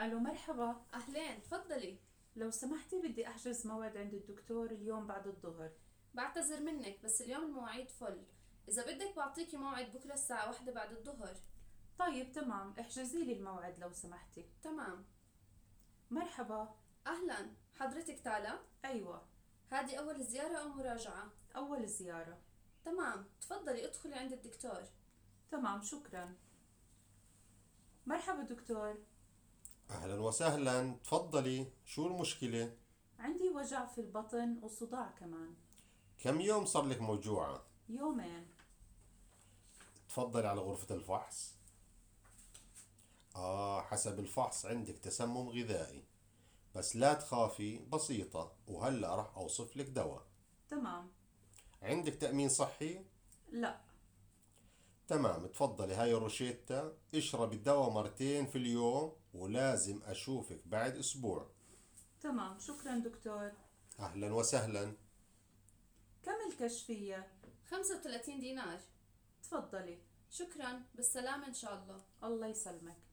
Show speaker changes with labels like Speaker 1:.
Speaker 1: الو مرحبا
Speaker 2: أهلين تفضلي
Speaker 1: لو سمحتي بدي احجز موعد عند الدكتور اليوم بعد الظهر
Speaker 2: بعتذر منك بس اليوم المواعيد فل إذا بدك بعطيكي موعد بكرة الساعة واحدة بعد الظهر
Speaker 1: طيب تمام احجزي لي الموعد لو سمحتي
Speaker 2: تمام
Speaker 1: مرحبا
Speaker 2: أهلا حضرتك تالا
Speaker 1: ايوه
Speaker 2: هذه أول زيارة أو مراجعة
Speaker 1: اول زيارة
Speaker 2: تمام تفضلي ادخلي عند الدكتور
Speaker 1: تمام شكرا مرحبا دكتور
Speaker 3: أهلا وسهلا تفضلي شو المشكلة؟
Speaker 1: عندي وجع في البطن وصداع كمان
Speaker 3: كم يوم صار لك موجوعة؟
Speaker 1: يومين
Speaker 3: تفضلي على غرفة الفحص آه حسب الفحص عندك تسمم غذائي بس لا تخافي بسيطة وهلأ راح أوصف لك دواء
Speaker 1: تمام
Speaker 3: عندك تأمين صحي؟
Speaker 1: لا
Speaker 3: تمام تفضلي هاي روشيتا اشربي الدواء مرتين في اليوم ولازم أشوفك بعد أسبوع
Speaker 1: تمام شكرا دكتور
Speaker 3: أهلا وسهلا
Speaker 1: كم الكشفية
Speaker 2: 35 دينار
Speaker 1: تفضلي
Speaker 2: شكرا بالسلامة إن شاء الله
Speaker 1: الله يسلمك